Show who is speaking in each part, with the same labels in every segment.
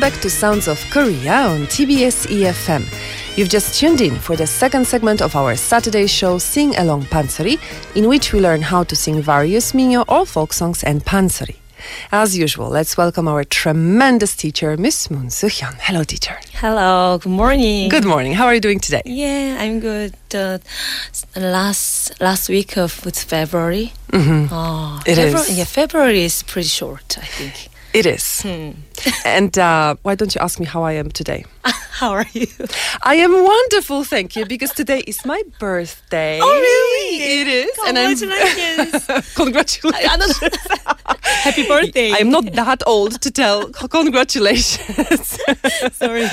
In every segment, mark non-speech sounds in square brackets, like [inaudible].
Speaker 1: back to Sounds of Korea on TBS EFM. E You've just tuned in for the second segment of our Saturday show Sing Along Pansori, in which we learn how to sing various minyo or folk songs and pansori. As usual, let's welcome our tremendous teacher, Miss Moon Soo-hyun. Hello, teacher.
Speaker 2: Hello, good morning.
Speaker 1: Good morning. How are you doing today?
Speaker 2: Yeah, I'm good. Uh, s- last last week of it's February. Mm-hmm. Oh,
Speaker 1: It
Speaker 2: February,
Speaker 1: is.
Speaker 2: Yeah, February is pretty short, I think. [laughs]
Speaker 1: It is.
Speaker 2: Hmm.
Speaker 1: [laughs] and uh, why don't you ask me how I am today?
Speaker 2: How are you?
Speaker 1: I am wonderful, thank you, because today is my birthday.
Speaker 2: Oh, really?
Speaker 1: It is.
Speaker 2: [laughs]
Speaker 1: [laughs]
Speaker 2: Congratulations.
Speaker 1: And I'm, congratulations.
Speaker 2: I'm
Speaker 1: [laughs]
Speaker 2: not- Happy birthday.
Speaker 1: I'm [laughs] not that old to
Speaker 2: [laughs]
Speaker 1: tell c- congratulations.
Speaker 2: sorry.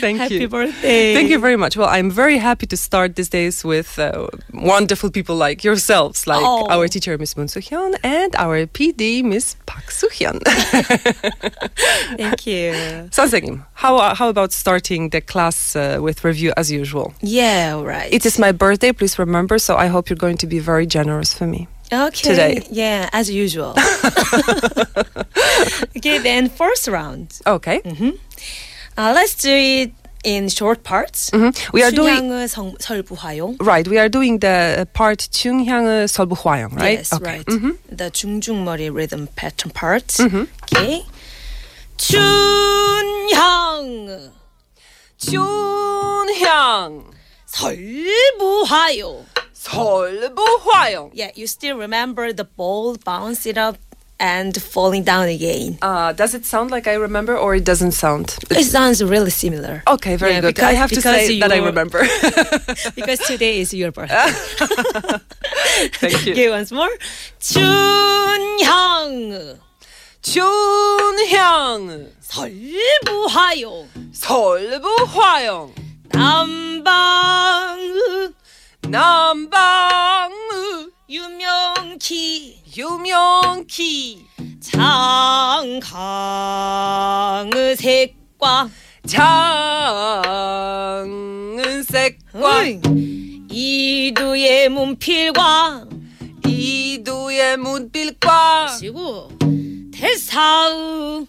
Speaker 1: Thank
Speaker 2: Happy
Speaker 1: you.
Speaker 2: birthday.
Speaker 1: Thank you very much. Well, I'm very happy to start these days with uh, wonderful people like yourselves, like
Speaker 2: Oh.
Speaker 1: our teacher Miss Moon Soo Hyun and our PD Miss Park Soo [laughs] Hyun.
Speaker 2: Thank you.
Speaker 1: Sansenim, how how about starting the class uh, with review as usual?
Speaker 2: Yeah, all right.
Speaker 1: It is my birthday, please remember. So I hope you're going to be very generous for me.
Speaker 2: okay.
Speaker 1: today.
Speaker 2: Yeah, as
Speaker 1: [laughs]
Speaker 2: usual. [laughs] okay, then first round.
Speaker 1: Okay.
Speaker 2: Mm-hmm. Uh, let's do it in short parts.
Speaker 1: Mhm. We are doing
Speaker 2: 춘향의 성- 설부화용.
Speaker 1: right. We are doing the uh, part Chunghyang Solbu Hwayang, right?
Speaker 2: Yes,
Speaker 1: okay.
Speaker 2: right.
Speaker 1: Mhm.
Speaker 2: The 중중머리 rhythm pattern part.
Speaker 1: Mm-hmm.
Speaker 2: Okay. 춘향
Speaker 1: Chunhyang
Speaker 2: 설부하요.
Speaker 1: Solbu Hwayang.
Speaker 2: Yeah, you still remember the ball bouncing up and falling down again.
Speaker 1: Uh, does it sound like I remember, or it doesn't sound?
Speaker 2: It sounds
Speaker 1: [laughs]
Speaker 2: really similar.
Speaker 1: Okay, very
Speaker 2: Yeah,
Speaker 1: good.
Speaker 2: because-
Speaker 1: I have to
Speaker 2: because
Speaker 1: say that I
Speaker 2: you- [laughs]
Speaker 1: remember.
Speaker 2: because today is your birthday.
Speaker 1: Ah, Thank you.
Speaker 2: okay, once more. 춘향
Speaker 1: Chunhyang
Speaker 2: 설부하요.
Speaker 1: Solbu Hwayang
Speaker 2: 남방의
Speaker 1: Nambang
Speaker 2: 유명키
Speaker 1: Yumyongki
Speaker 2: 장강의 색과
Speaker 1: 장은색과
Speaker 2: 이두의 문필과
Speaker 1: 이두의 문필과
Speaker 2: 지구 대사의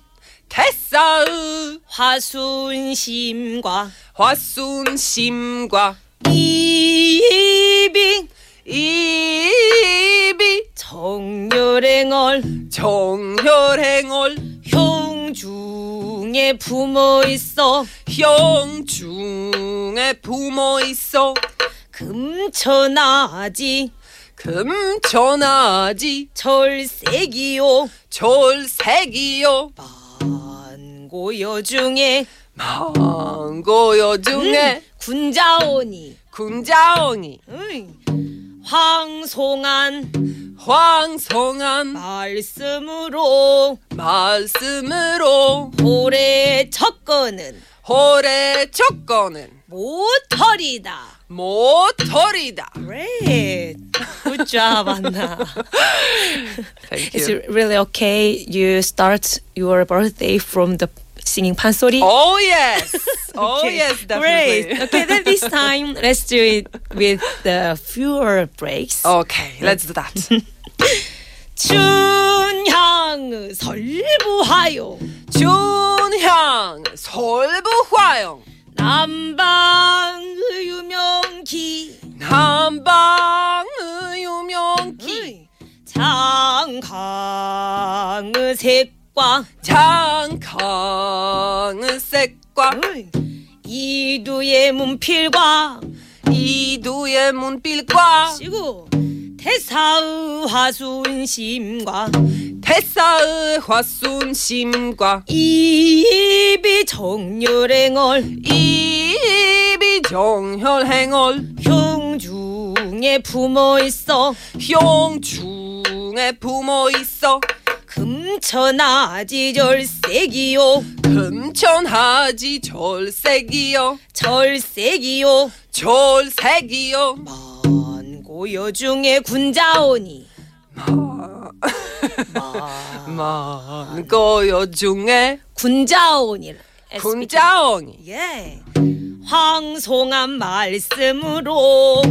Speaker 1: 태사의
Speaker 2: 화순심과
Speaker 1: 화순심과
Speaker 2: 이빙
Speaker 1: 이비
Speaker 2: 정렬행얼
Speaker 1: 정혈행월
Speaker 2: 형중에 품어 있어
Speaker 1: 형중에 부모 있어
Speaker 2: 금천아지
Speaker 1: 금전하지
Speaker 2: 절세기요
Speaker 1: 졸색이요
Speaker 2: 만고여 중에 네,
Speaker 1: 망고요
Speaker 2: 음.
Speaker 1: 중에
Speaker 2: 군자오니
Speaker 1: 군자옹이
Speaker 2: 황송한
Speaker 1: 황송한
Speaker 2: 말씀으로
Speaker 1: 말씀으로
Speaker 2: 고래 척거는
Speaker 1: 홀의 조건은
Speaker 2: 모털이다. [laughs]
Speaker 1: 모터리다.
Speaker 2: Great. Good job, Anna.
Speaker 1: Thank
Speaker 2: It's really okay. You start your birthday from the singing pansori.
Speaker 1: Oh
Speaker 2: [laughs]
Speaker 1: yes. Oh yes, definitely.
Speaker 2: Great.
Speaker 1: [laughs]
Speaker 2: Okay, then this time let's do it with the fewer
Speaker 1: Oh,
Speaker 2: breaks.
Speaker 1: Okay, let's do
Speaker 2: [laughs]
Speaker 1: that.
Speaker 2: 춘향 설부하요
Speaker 1: 준향 솔부화영
Speaker 2: 남방의 유명기
Speaker 1: 남방의 유명기
Speaker 2: 장강의 색과
Speaker 1: 장강의 색과
Speaker 2: 음. 이두의 문필과
Speaker 1: 이두의 문필과
Speaker 2: 지구 대사의 화순심과
Speaker 1: 태사의 화순심과
Speaker 2: 입이 정렬행얼
Speaker 1: 이비 정혈행월
Speaker 2: 흉중에 품어 있어
Speaker 1: 형중에 부모 있어
Speaker 2: 금천아지절세기요
Speaker 1: 금천하지 절색이요
Speaker 2: 절세기요
Speaker 1: 절색이요
Speaker 2: 만고여 중에 군자오니
Speaker 1: 만고요 중에
Speaker 2: 군자오니
Speaker 1: 군자옹이
Speaker 2: 예 황송한 말씀으로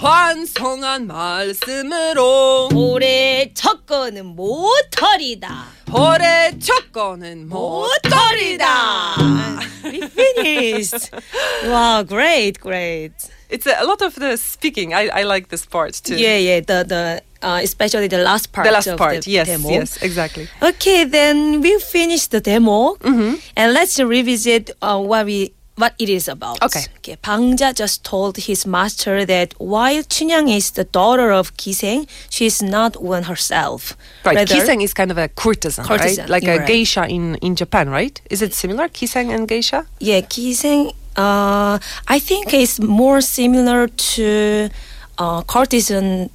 Speaker 1: 환송한 말씀으로
Speaker 2: 고래 척 초코는 모터리다.
Speaker 1: 볼의 조건은
Speaker 2: 모터리다. We finished. wow, great, great.
Speaker 1: It's a, a lot of the speaking. I, I like this part too.
Speaker 2: Yeah, yeah. 예, The the uh, especially the last part.
Speaker 1: 네. The last
Speaker 2: of
Speaker 1: part.
Speaker 2: the
Speaker 1: yes,
Speaker 2: demo.
Speaker 1: yes, exactly.
Speaker 2: Okay, then we finish the demo
Speaker 1: Mm-hmm.
Speaker 2: and let's revisit uh, what we what it is about.
Speaker 1: Okay.
Speaker 2: Okay. Bangja just told his master that while Chunyang is the daughter of Kiseng, she is not one herself.
Speaker 1: Right.
Speaker 2: Rather-
Speaker 1: Kiseng is kind of a courtesan, right?
Speaker 2: Courtesan,
Speaker 1: Like a
Speaker 2: right.
Speaker 1: geisha in, in Japan, right? Is it similar, Kiseng and geisha?
Speaker 2: Yeah, Kiseng. Uh, I think it's more similar to uh, courtesan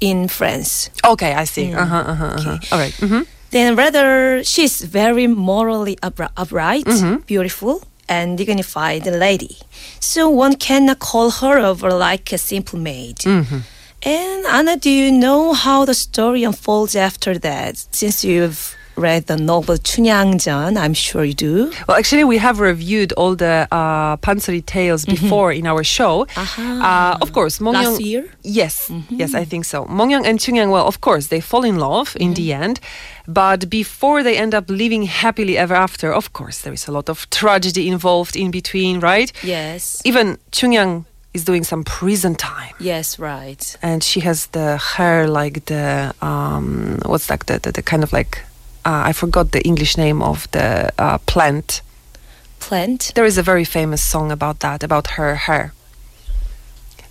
Speaker 2: in France.
Speaker 1: Okay, I see.
Speaker 2: Uh-huh,
Speaker 1: Uh huh. Uh huh. All right. Mm-hmm.
Speaker 2: Then rather, she's very morally upri- upright,
Speaker 1: Mm-hmm.
Speaker 2: beautiful, and dignified lady. So one cannot call her over like a simple maid.
Speaker 1: Mm-hmm.
Speaker 2: And Anna, do you know how the story unfolds after that? Since you've read the novel Chunyangjan, I'm sure you do.
Speaker 1: Well, actually, we have reviewed all the uh, Pansori tales before in our show.
Speaker 2: Mm-hmm. Aha.
Speaker 1: Uh, of course, Mong Young-
Speaker 2: Last year?
Speaker 1: Yes, yes, I think so. Mongyang and Chungyang, well, of course, they fall in love in the end, but before they end up living happily ever after, of course, there is a lot of tragedy involved in between, right?
Speaker 2: Yes.
Speaker 1: Even Chungyang is doing some prison time.
Speaker 2: Yes, right.
Speaker 1: and she has the hair like the um what's that the, the, the kind of like uh, I forgot the English name of the uh, plant. [laughs]
Speaker 2: Plant.
Speaker 1: There is a very famous song about that about her hair.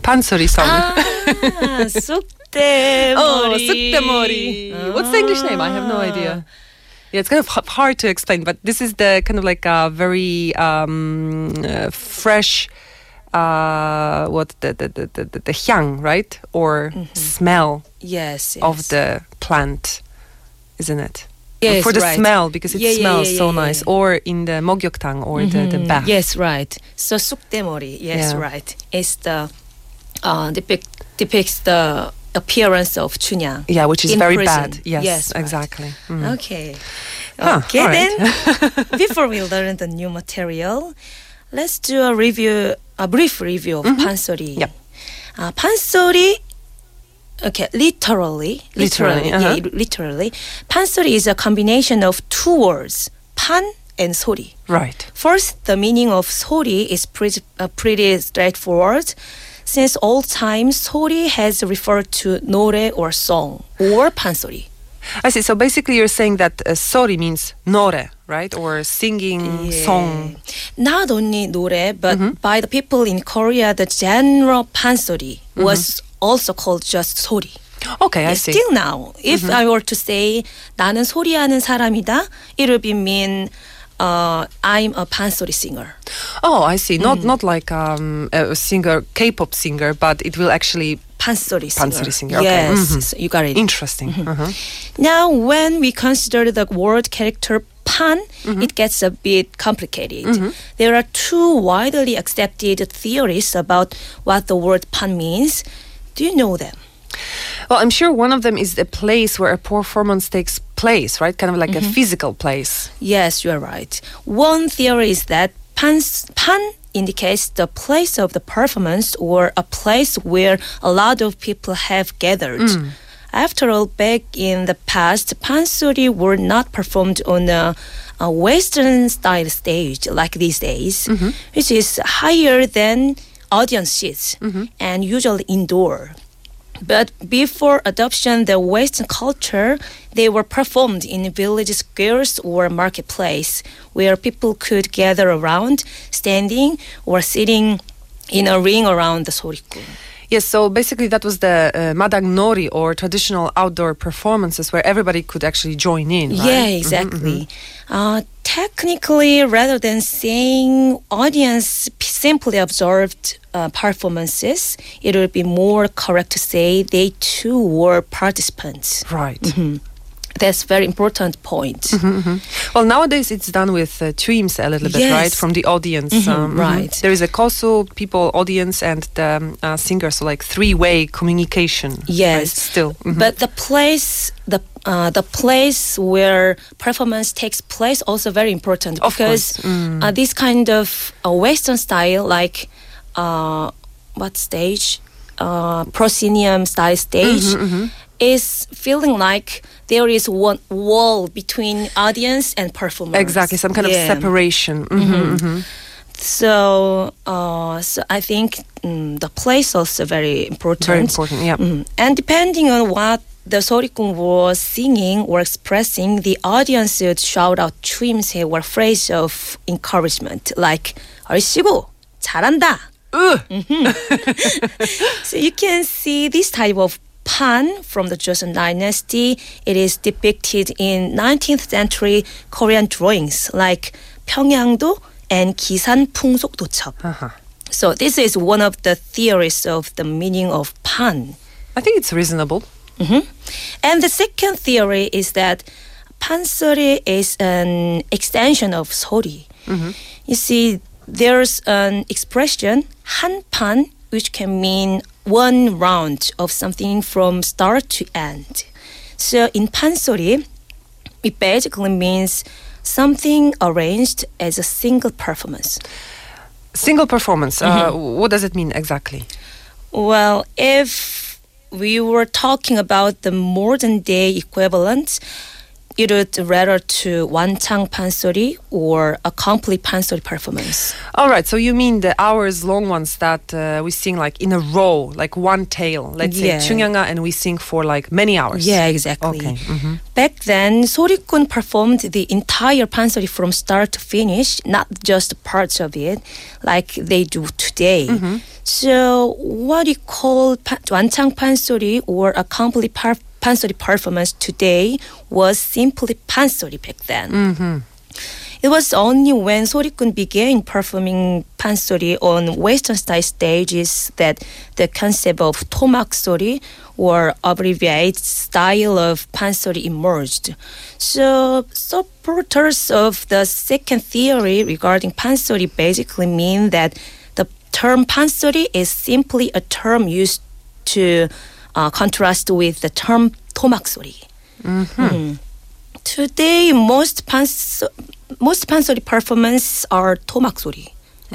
Speaker 1: Pansori song.
Speaker 2: Ah, Sukte
Speaker 1: oh, Suktemori. What's the English name? I have no idea. Yeah, it's kind of h- hard to explain, but this is the kind of like a very um, uh, fresh, uh, what the the the the, the, the hyang, right, or smell
Speaker 2: Yes, Mm-hmm. yes.
Speaker 1: of the plant, isn't it?
Speaker 2: Yes,
Speaker 1: for the
Speaker 2: right.
Speaker 1: smell because it
Speaker 2: Yeah, yeah,
Speaker 1: smells
Speaker 2: yeah,
Speaker 1: so
Speaker 2: yeah, yeah.
Speaker 1: nice. Or in the mogyoktang or the, the
Speaker 2: Mm,
Speaker 1: bath.
Speaker 2: Yes, right. So sukdemori. Yes,
Speaker 1: Yeah.
Speaker 2: right. It's the uh, depict, depicts the appearance of Chunyang.
Speaker 1: Yeah, which is
Speaker 2: in
Speaker 1: very
Speaker 2: prison.
Speaker 1: bad. Yes,
Speaker 2: right.
Speaker 1: exactly. Mm.
Speaker 2: Okay.
Speaker 1: Huh,
Speaker 2: okay
Speaker 1: all
Speaker 2: then.
Speaker 1: right. [laughs]
Speaker 2: before we learn the new material, let's do a review, a brief review of Pansori.
Speaker 1: Mm-hmm. Yep.
Speaker 2: Uh, Pansori. Okay, literally,
Speaker 1: Literally,
Speaker 2: yeah,
Speaker 1: uh-huh.
Speaker 2: it- literally, pansori is a combination of two words, pan and sori.
Speaker 1: Right.
Speaker 2: First, the meaning of sori is pretty, uh, pretty straightforward. Since old times, sori has referred to nore or song or pansori.
Speaker 1: I see. So basically, you're saying that uh, sori means nore, right? Or singing song. Mm-hmm.
Speaker 2: Not only nore, but by the people in Korea, the genre pansori was also called just sori.
Speaker 1: Okay, Mm-hmm. I see. Mm-hmm.
Speaker 2: Still now, if I were to say 나는 소리하는 사람이다, it would be mean uh, I'm a pansori singer.
Speaker 1: oh, I see. Not not like um, a singer, K-pop singer, but it will actually
Speaker 2: pansori singer.
Speaker 1: Pansori singer, okay.
Speaker 2: Yes,
Speaker 1: Mhm.
Speaker 2: so you got it.
Speaker 1: interesting. Uh-huh.
Speaker 2: Now, when we consider the word character pan, it gets a bit complicated. There are two widely accepted theories about what the word pan means. Do you know them?
Speaker 1: Well, I'm sure one of them is the place where a performance takes place, right? Kind of like a physical place.
Speaker 2: Yes, you are right. One theory is that pan, pan indicates the place of the performance or a place where a lot of people have gathered. After all, back in the past, pansori were not performed on a, a Western style stage like these days, which is higher than audience seats and usually indoor. But before adoption, the Western culture, they were performed in village squares or marketplace where people could gather around, standing or sitting in a ring around the soriku.
Speaker 1: Yes, so basically that was the uh, madang nori or traditional outdoor performances where everybody could actually join in. Right?
Speaker 2: Yeah, exactly. Uh, technically, rather than saying audience p- simply observed uh, performances, it would be more correct to say they too were participants.
Speaker 1: Right.
Speaker 2: That's very important point.
Speaker 1: Well, nowadays it's done with uh, dreams a little bit,
Speaker 2: Yes. Mm-hmm.
Speaker 1: right? From the audience. um, mhm.
Speaker 2: right.
Speaker 1: There is a kosu, people, audience, and the um, uh, singer, so like three way communication. right,
Speaker 2: Yes.
Speaker 1: Still. Mhm.
Speaker 2: But the place, the uh, the place where performance takes place, also very important
Speaker 1: Of
Speaker 2: because
Speaker 1: course. Mm.
Speaker 2: uh, this kind of uh, Western style, like
Speaker 1: Mm-hmm,
Speaker 2: uh, what stage, uh, proscenium style stage, is feeling like there is one wall between audience and performance.
Speaker 1: Exactly, some kind
Speaker 2: Yeah. Mm-hmm.
Speaker 1: of separation. Mhm, mhm.
Speaker 2: So, uh, so I think mm, the place also very important.
Speaker 1: Very important, yeah.
Speaker 2: Mm. And depending on what the Sorikun was singing or expressing, the audience would shout out 추임새 or phrase of encouragement, like "얼씨구 잘한다." Mhm. so you can see this type of pan from the Joseon Dynasty. It is depicted in 19th century Korean drawings, like 평양도 and 기산 풍속 도첩.
Speaker 1: Uh-huh.
Speaker 2: So this is one of the theories of the meaning of pan.
Speaker 1: I think it's reasonable.
Speaker 2: Mhm. And the second theory is that pansori is an extension of sori. You see, there's an expression 한판, which can mean one round of something from start to end. So in pansori, it basically means something arranged as a single performance.
Speaker 1: Single performance. Uh,
Speaker 2: Mm-hmm.
Speaker 1: what does it mean exactly?
Speaker 2: Well, if we were talking about the modern day equivalent, it would rather to wanchang pansori or a complete pansori performance.
Speaker 1: All right, so you mean the hours long ones that uh, we sing like in a row, like one tail, let's
Speaker 2: Yeah.
Speaker 1: say Chungyanga, and we sing for like many hours.
Speaker 2: Yeah, exactly.
Speaker 1: Okay, mm-hmm.
Speaker 2: Back then, Sorikun performed the entire pansori from start to finish, not just parts of it, like they do today. So, what you call pa- wanchang pansori or a complete par- pansori performance today was simply pansori back then. It was only when Sorikun began performing pansori on Western style stages that the concept of tomak sori or abbreviated style of pansori emerged. So supporters of the second theory regarding pansori basically mean that the term pansori is simply a term used to uh, contrast with the term tomak sori.
Speaker 1: Mm-hmm.
Speaker 2: Today, most pans most pansori performances are tomaksori,
Speaker 1: Right.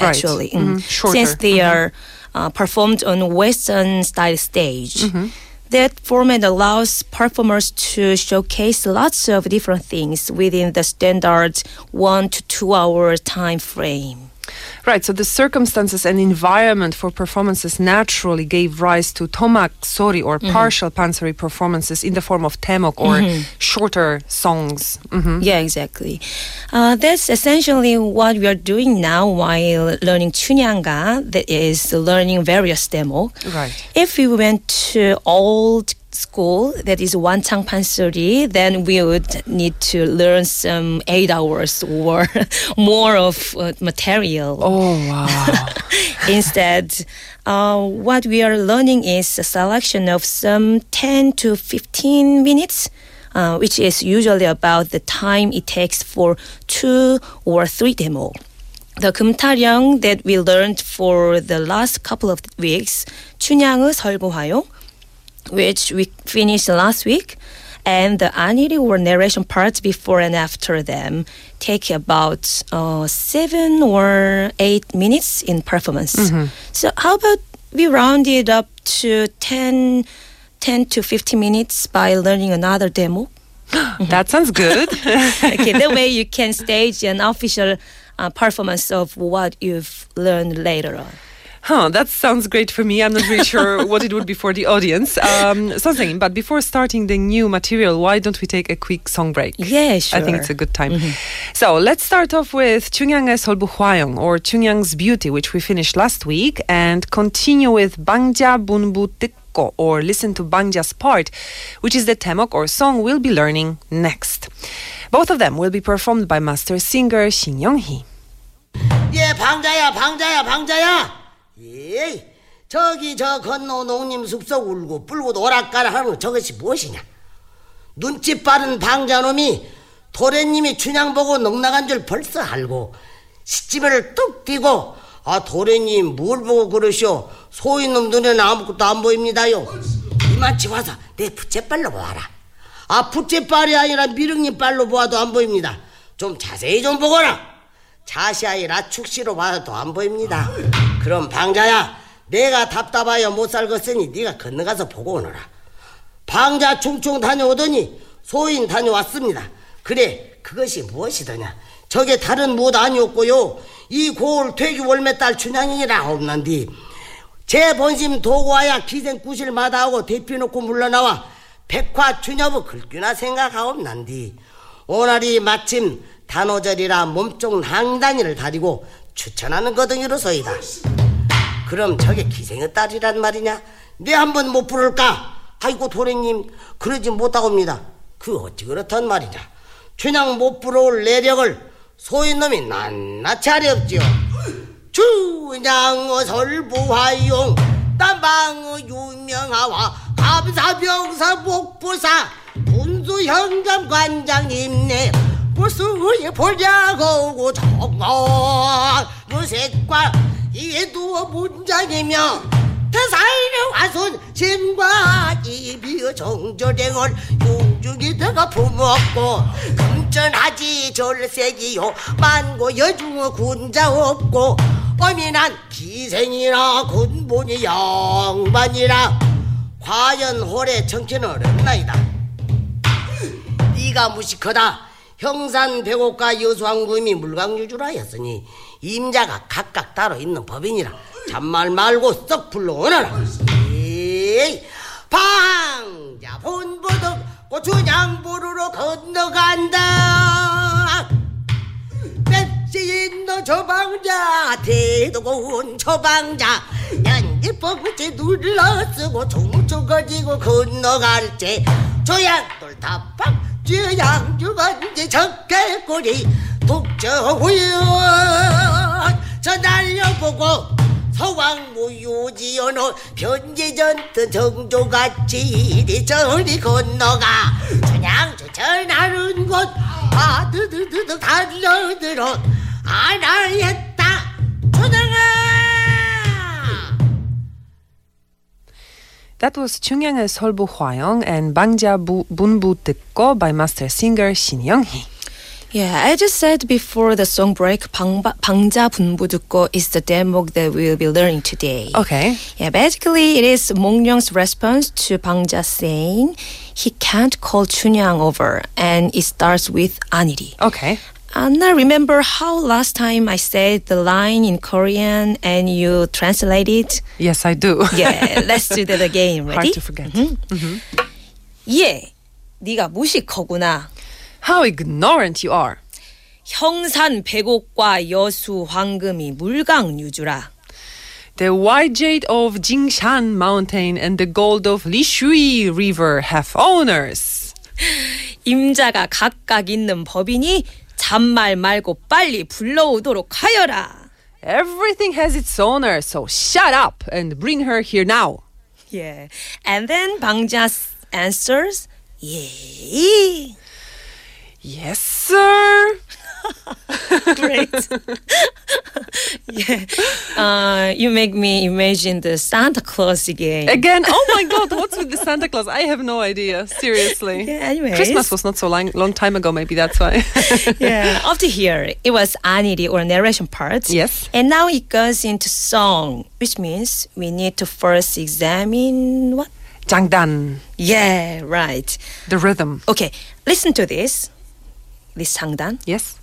Speaker 2: actually,
Speaker 1: Mhm.
Speaker 2: mm,
Speaker 1: Shorter.
Speaker 2: since they are uh, performed on Western style stage.
Speaker 1: Mm-hmm.
Speaker 2: That format allows performers to showcase lots of different things within the standard one to two hour time frame.
Speaker 1: Right, so the circumstances and environment for performances naturally gave rise to tomak sori or partial pansori performances in the form of temok or shorter songs. Mhm.
Speaker 2: Yeah, exactly. Uh, that's essentially what we are doing now while learning Chunyanga, that is learning various demo.
Speaker 1: Right.
Speaker 2: If we went to old school, that is Wanchang Pansori, then we would need to learn some eight hours [laughs] or more of uh, material.
Speaker 1: Oh, wow.
Speaker 2: [laughs] Instead, uh, what we are learning is a selection of some 10 to 15 minutes, uh, which is usually about the time it takes for two or three demo. The 금타령 that we learned for the last couple of weeks, 춘향의 설거화요, which we finished last week, and the aniri or narration parts before and after them take about uh, seven or eight minutes in performance. So how about we round it up to 10, 10 to 15 minutes by learning another demo?
Speaker 1: [laughs]
Speaker 2: [laughs]
Speaker 1: that sounds good.
Speaker 2: okay, that way you can stage an official uh, performance of what you've learned later on.
Speaker 1: Huh, that sounds great for me. I'm not really
Speaker 2: [laughs]
Speaker 1: sure what it would be for the audience. Um, something, but before starting the new material, why don't we take a quick song break?
Speaker 2: Yeah, sure. Mm-hmm.
Speaker 1: I think it's a good time. So let's start off with Chungyang's Holbuhuayong or Chungyang's Beauty, which we finished last week, and continue with Bangja Bunbu Tikko or Listen to Bangja's Part, which is the temok or song we'll be learning next. Both of them will be performed by master singer Shin Young Hee.
Speaker 3: 예, 방자야, 방자야, 방자야. 예, 저기 저 건너 농림 숲속 울고 뿔고 오락가락 하는 저것이 무엇이냐? 눈치 빠른 방자놈이 도련님이 춘향 보고 넉나간 줄 벌써 알고 시집을 뚝 띄고 아 도련님 뭘 보고 그러시오 소인놈 눈에는 아무것도 안 보입니다요 이만치 와서 내 부채빨로 보아라 아 부채빨이 아니라 미륵님 빨로 보아도 안 보입니다 좀 자세히 좀 보거라 자시아의 라축시로 봐도 안 보입니다 그럼 방자야 내가 답답하여 못 살겠으니 네가 건너가서 보고 오너라 방자 충충 다녀오더니 소인 다녀왔습니다. 그래 그것이 무엇이더냐? 저게 다른 무엇 아니었고요. 이 고을 퇴기 월매 딸 춘향이라 없는디 제 본심 도구하야 기생구실 마다하고 대피놓고 물러나와 백화 춘협의 글귀나 생각하옵난디 오늘이 마침 단오절이라 몸종 항단이를 다리고 추천하는 거등이로서이다 그럼 저게 기생의 딸이란 말이냐 내 한번 못 부를까 아이고 도련님 그러지 못하옵니다 그 어찌 그렇단 말이냐 춘향 못 부러울 내력을 소인놈이 낱낱이 하렵지요 주양어설부화용 땀방어 유명하와 감사병사 목부사 군수현감 관장님네 불수의 보자고 정어 무색과 이두어 문장이며 태사인의 와손 심과 이비의 정조령을 용중이 내가 부먹고 금전하지 절세기요 만고 여중의 군자 없고 어미난 기생이라 군본이 양반이라 과연 홀의 정치는 어렵나이다 네가 무식하다 형산 백옥과 여수왕금이 물강유주라였으니 임자가 각각 따로 있는 법이니라 잔말 말고 썩 불러오너라 에이, 방자 본보덕 고추장보루로 건너간다 백지인도 조방자 대도고운 조방자 연기법지 눌러쓰고 종초거리고 건너갈 때 조약돌 답방 주양주건지 적개꼬리 독저후연 저 날려보고 서왕무유지연호 변제전트 정조같이 이리 저리 건너가 전양주 전하는 곳 아드드드득 달려들어 아, 안하였다 전하가
Speaker 1: That was Chungyang Solbu Hwayong and Bangjia Bu- Bunbu Tikko by master singer Shin Young-hee.
Speaker 2: Yeah, I just said before the song break, 방바, 방자 분부 듣고 is the 대목 that we'll be learning today.
Speaker 1: Okay.
Speaker 2: Yeah, basically it is Mongyong's response to 방자 saying he can't call Chunyang over, and it starts with 안일이.
Speaker 1: Okay.
Speaker 2: Anna, remember how last time I said the line in Korean and you translate it?
Speaker 1: Yes, I do. [laughs]
Speaker 2: Yeah, let's do that again. Ready?
Speaker 1: Hard to forget. Mm-hmm.
Speaker 2: 예, 네가 무식하구나.
Speaker 1: How ignorant you are.
Speaker 2: 형산 백옥과 여수 황금이 물강유주라.
Speaker 1: The white jade of Jingshan Mountain and the gold of Lishui River have owners.
Speaker 2: 임자가 각각 있는 법이니 잔말 말고 빨리 불러오도록 하여라.
Speaker 1: Everything has its owner, so shut up and bring her here now.
Speaker 2: Yeah. 예. And then 방자 answers, 예.
Speaker 1: Yes, sir.
Speaker 2: Great. [laughs] yeah. Uh, you make me imagine the Santa Claus again.
Speaker 1: Again, oh my god, what's with the Santa Claus? I have no idea, seriously.
Speaker 2: Yeah, anyways.
Speaker 1: Christmas was not so long, long time ago, maybe that's why.
Speaker 2: [laughs]
Speaker 1: [laughs]
Speaker 2: yeah. After here, it was aniri or narration part.
Speaker 1: Yes.
Speaker 2: And now it goes into song, which means we need to first examine what?
Speaker 1: Jangdan,
Speaker 2: Yeah, right.
Speaker 1: the rhythm.
Speaker 2: Okay, listen to this. This 상단.
Speaker 1: Yes?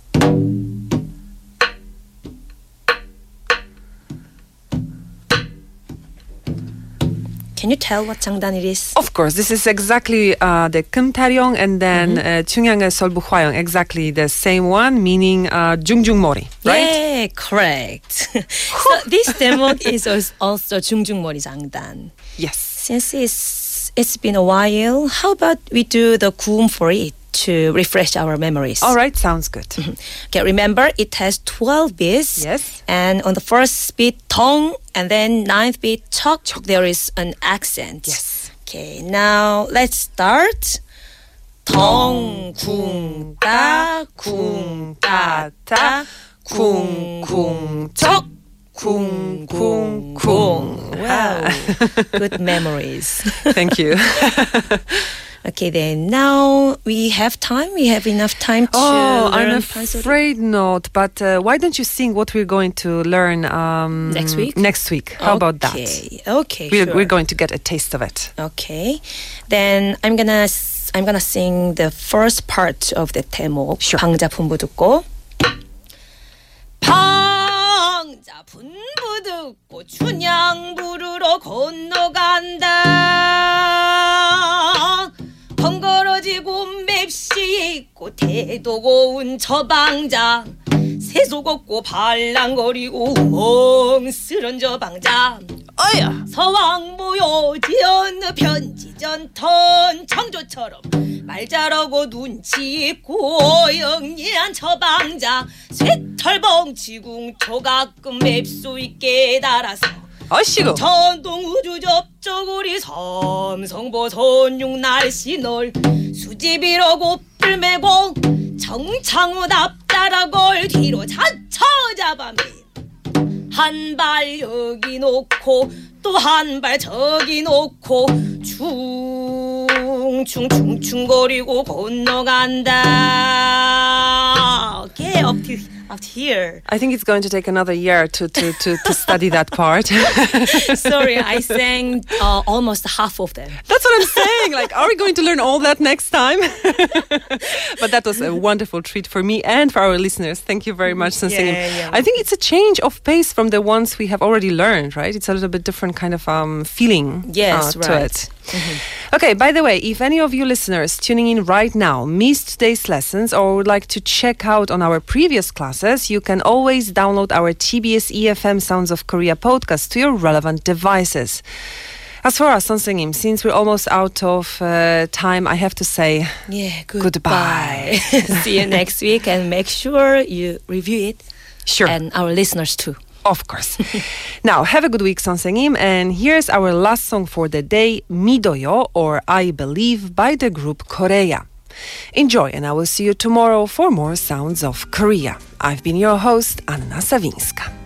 Speaker 2: Can you tell what 상단 it is?
Speaker 1: Of course, this is exactly uh, the Kim Taryong and then Chungyang mm-hmm. uh, Solbu Hwayong, exactly the same one, meaning uh, Jungjung Mori, right?
Speaker 2: Yeah, correct. [laughs] so this
Speaker 1: [laughs]
Speaker 2: demo is als- also 중중머리 장단.
Speaker 1: Yes.
Speaker 2: Since it's it's been a while, how about we do the 구음 for it to refresh our memories?
Speaker 1: All right, sounds good.
Speaker 2: Mm-hmm. Okay, remember it has 12 beats.
Speaker 1: Yes.
Speaker 2: And on the first beat, tong, and then ninth beat, chok, there is an accent.
Speaker 1: Yes.
Speaker 2: Okay, now let's start. Tong, kung, ta, kung, ta, ta, kung, kung, chok, kung, kung,
Speaker 1: [laughs]
Speaker 2: kung. Wow. Good memories. [laughs]
Speaker 1: Thank you.
Speaker 2: Okay, then now we have time. We have enough time to
Speaker 1: Oh, I'm
Speaker 2: learn pansori.
Speaker 1: afraid not. But uh, why don't you sing what we're going to learn um,
Speaker 2: Next week?
Speaker 1: Next week. How about that?
Speaker 2: Okay, okay,
Speaker 1: We're,
Speaker 2: sure.
Speaker 1: we're going to get a taste of it.
Speaker 2: Okay, then I'm gonna s- I'm gonna sing the first part of the 대목
Speaker 1: Sure.
Speaker 2: 방자품부 듣고 방자품부 듣고 춘향 부르러 건너간다 번거러지고 맵시 있고 태도고운 저방자 세속 없고 발랑거리고 뭐 멍스런 저방자
Speaker 1: 어야.
Speaker 2: 서왕 모여 지었느 편지 전턴 청조처럼 말 잘하고 눈치 있고 영리한 처방자 쇠털벙치 궁초 가끔 맵수 있게 달아서
Speaker 1: 어시고.
Speaker 2: 전동 우주 접촉 우리 삼성보 손육 날씨 널 수집이로 고풀 메고 정창우 답자라걸 뒤로 차차 잡아민 한 발 여기 놓고 또 한 발 저기 놓고 충충충충거리고 건너간다. Okay, up to up to here.
Speaker 1: I think it's going to take another year to, to, to,
Speaker 2: [laughs]
Speaker 1: to study that part. [laughs] That's
Speaker 2: Sorry, I sang uh, almost half of them.
Speaker 1: what I'm saying. Like, are we going to learn all that next time? [laughs] but that was a wonderful treat for me and for our listeners. Thank you very much, Sensing.
Speaker 2: Yeah, yeah.
Speaker 1: I think it's a change of pace from the ones we have already learned, right? It's a little bit different kind of um, feeling
Speaker 2: Yes,
Speaker 1: uh, to
Speaker 2: right.
Speaker 1: it. Okay, by the way, if any of you listeners tuning in right now missed today's lessons or would like to check out on our previous classes, you can always download our TBS EFM E Sounds of Korea podcast to your relevant devices. As for us, Sonsingim, since we're almost out of uh, time, I have to say
Speaker 2: Yeah,
Speaker 1: Goodbye. [laughs]
Speaker 2: See you next week, and make sure you review it.
Speaker 1: Sure.
Speaker 2: And our listeners too.
Speaker 1: Of course. now, have a good week, Sonsengim, and here's our last song for the day, Midoyo, or I Believe, by the group Korea. Enjoy, and I will see you tomorrow for more Sounds of Korea. I've been your host, Anna Savinska.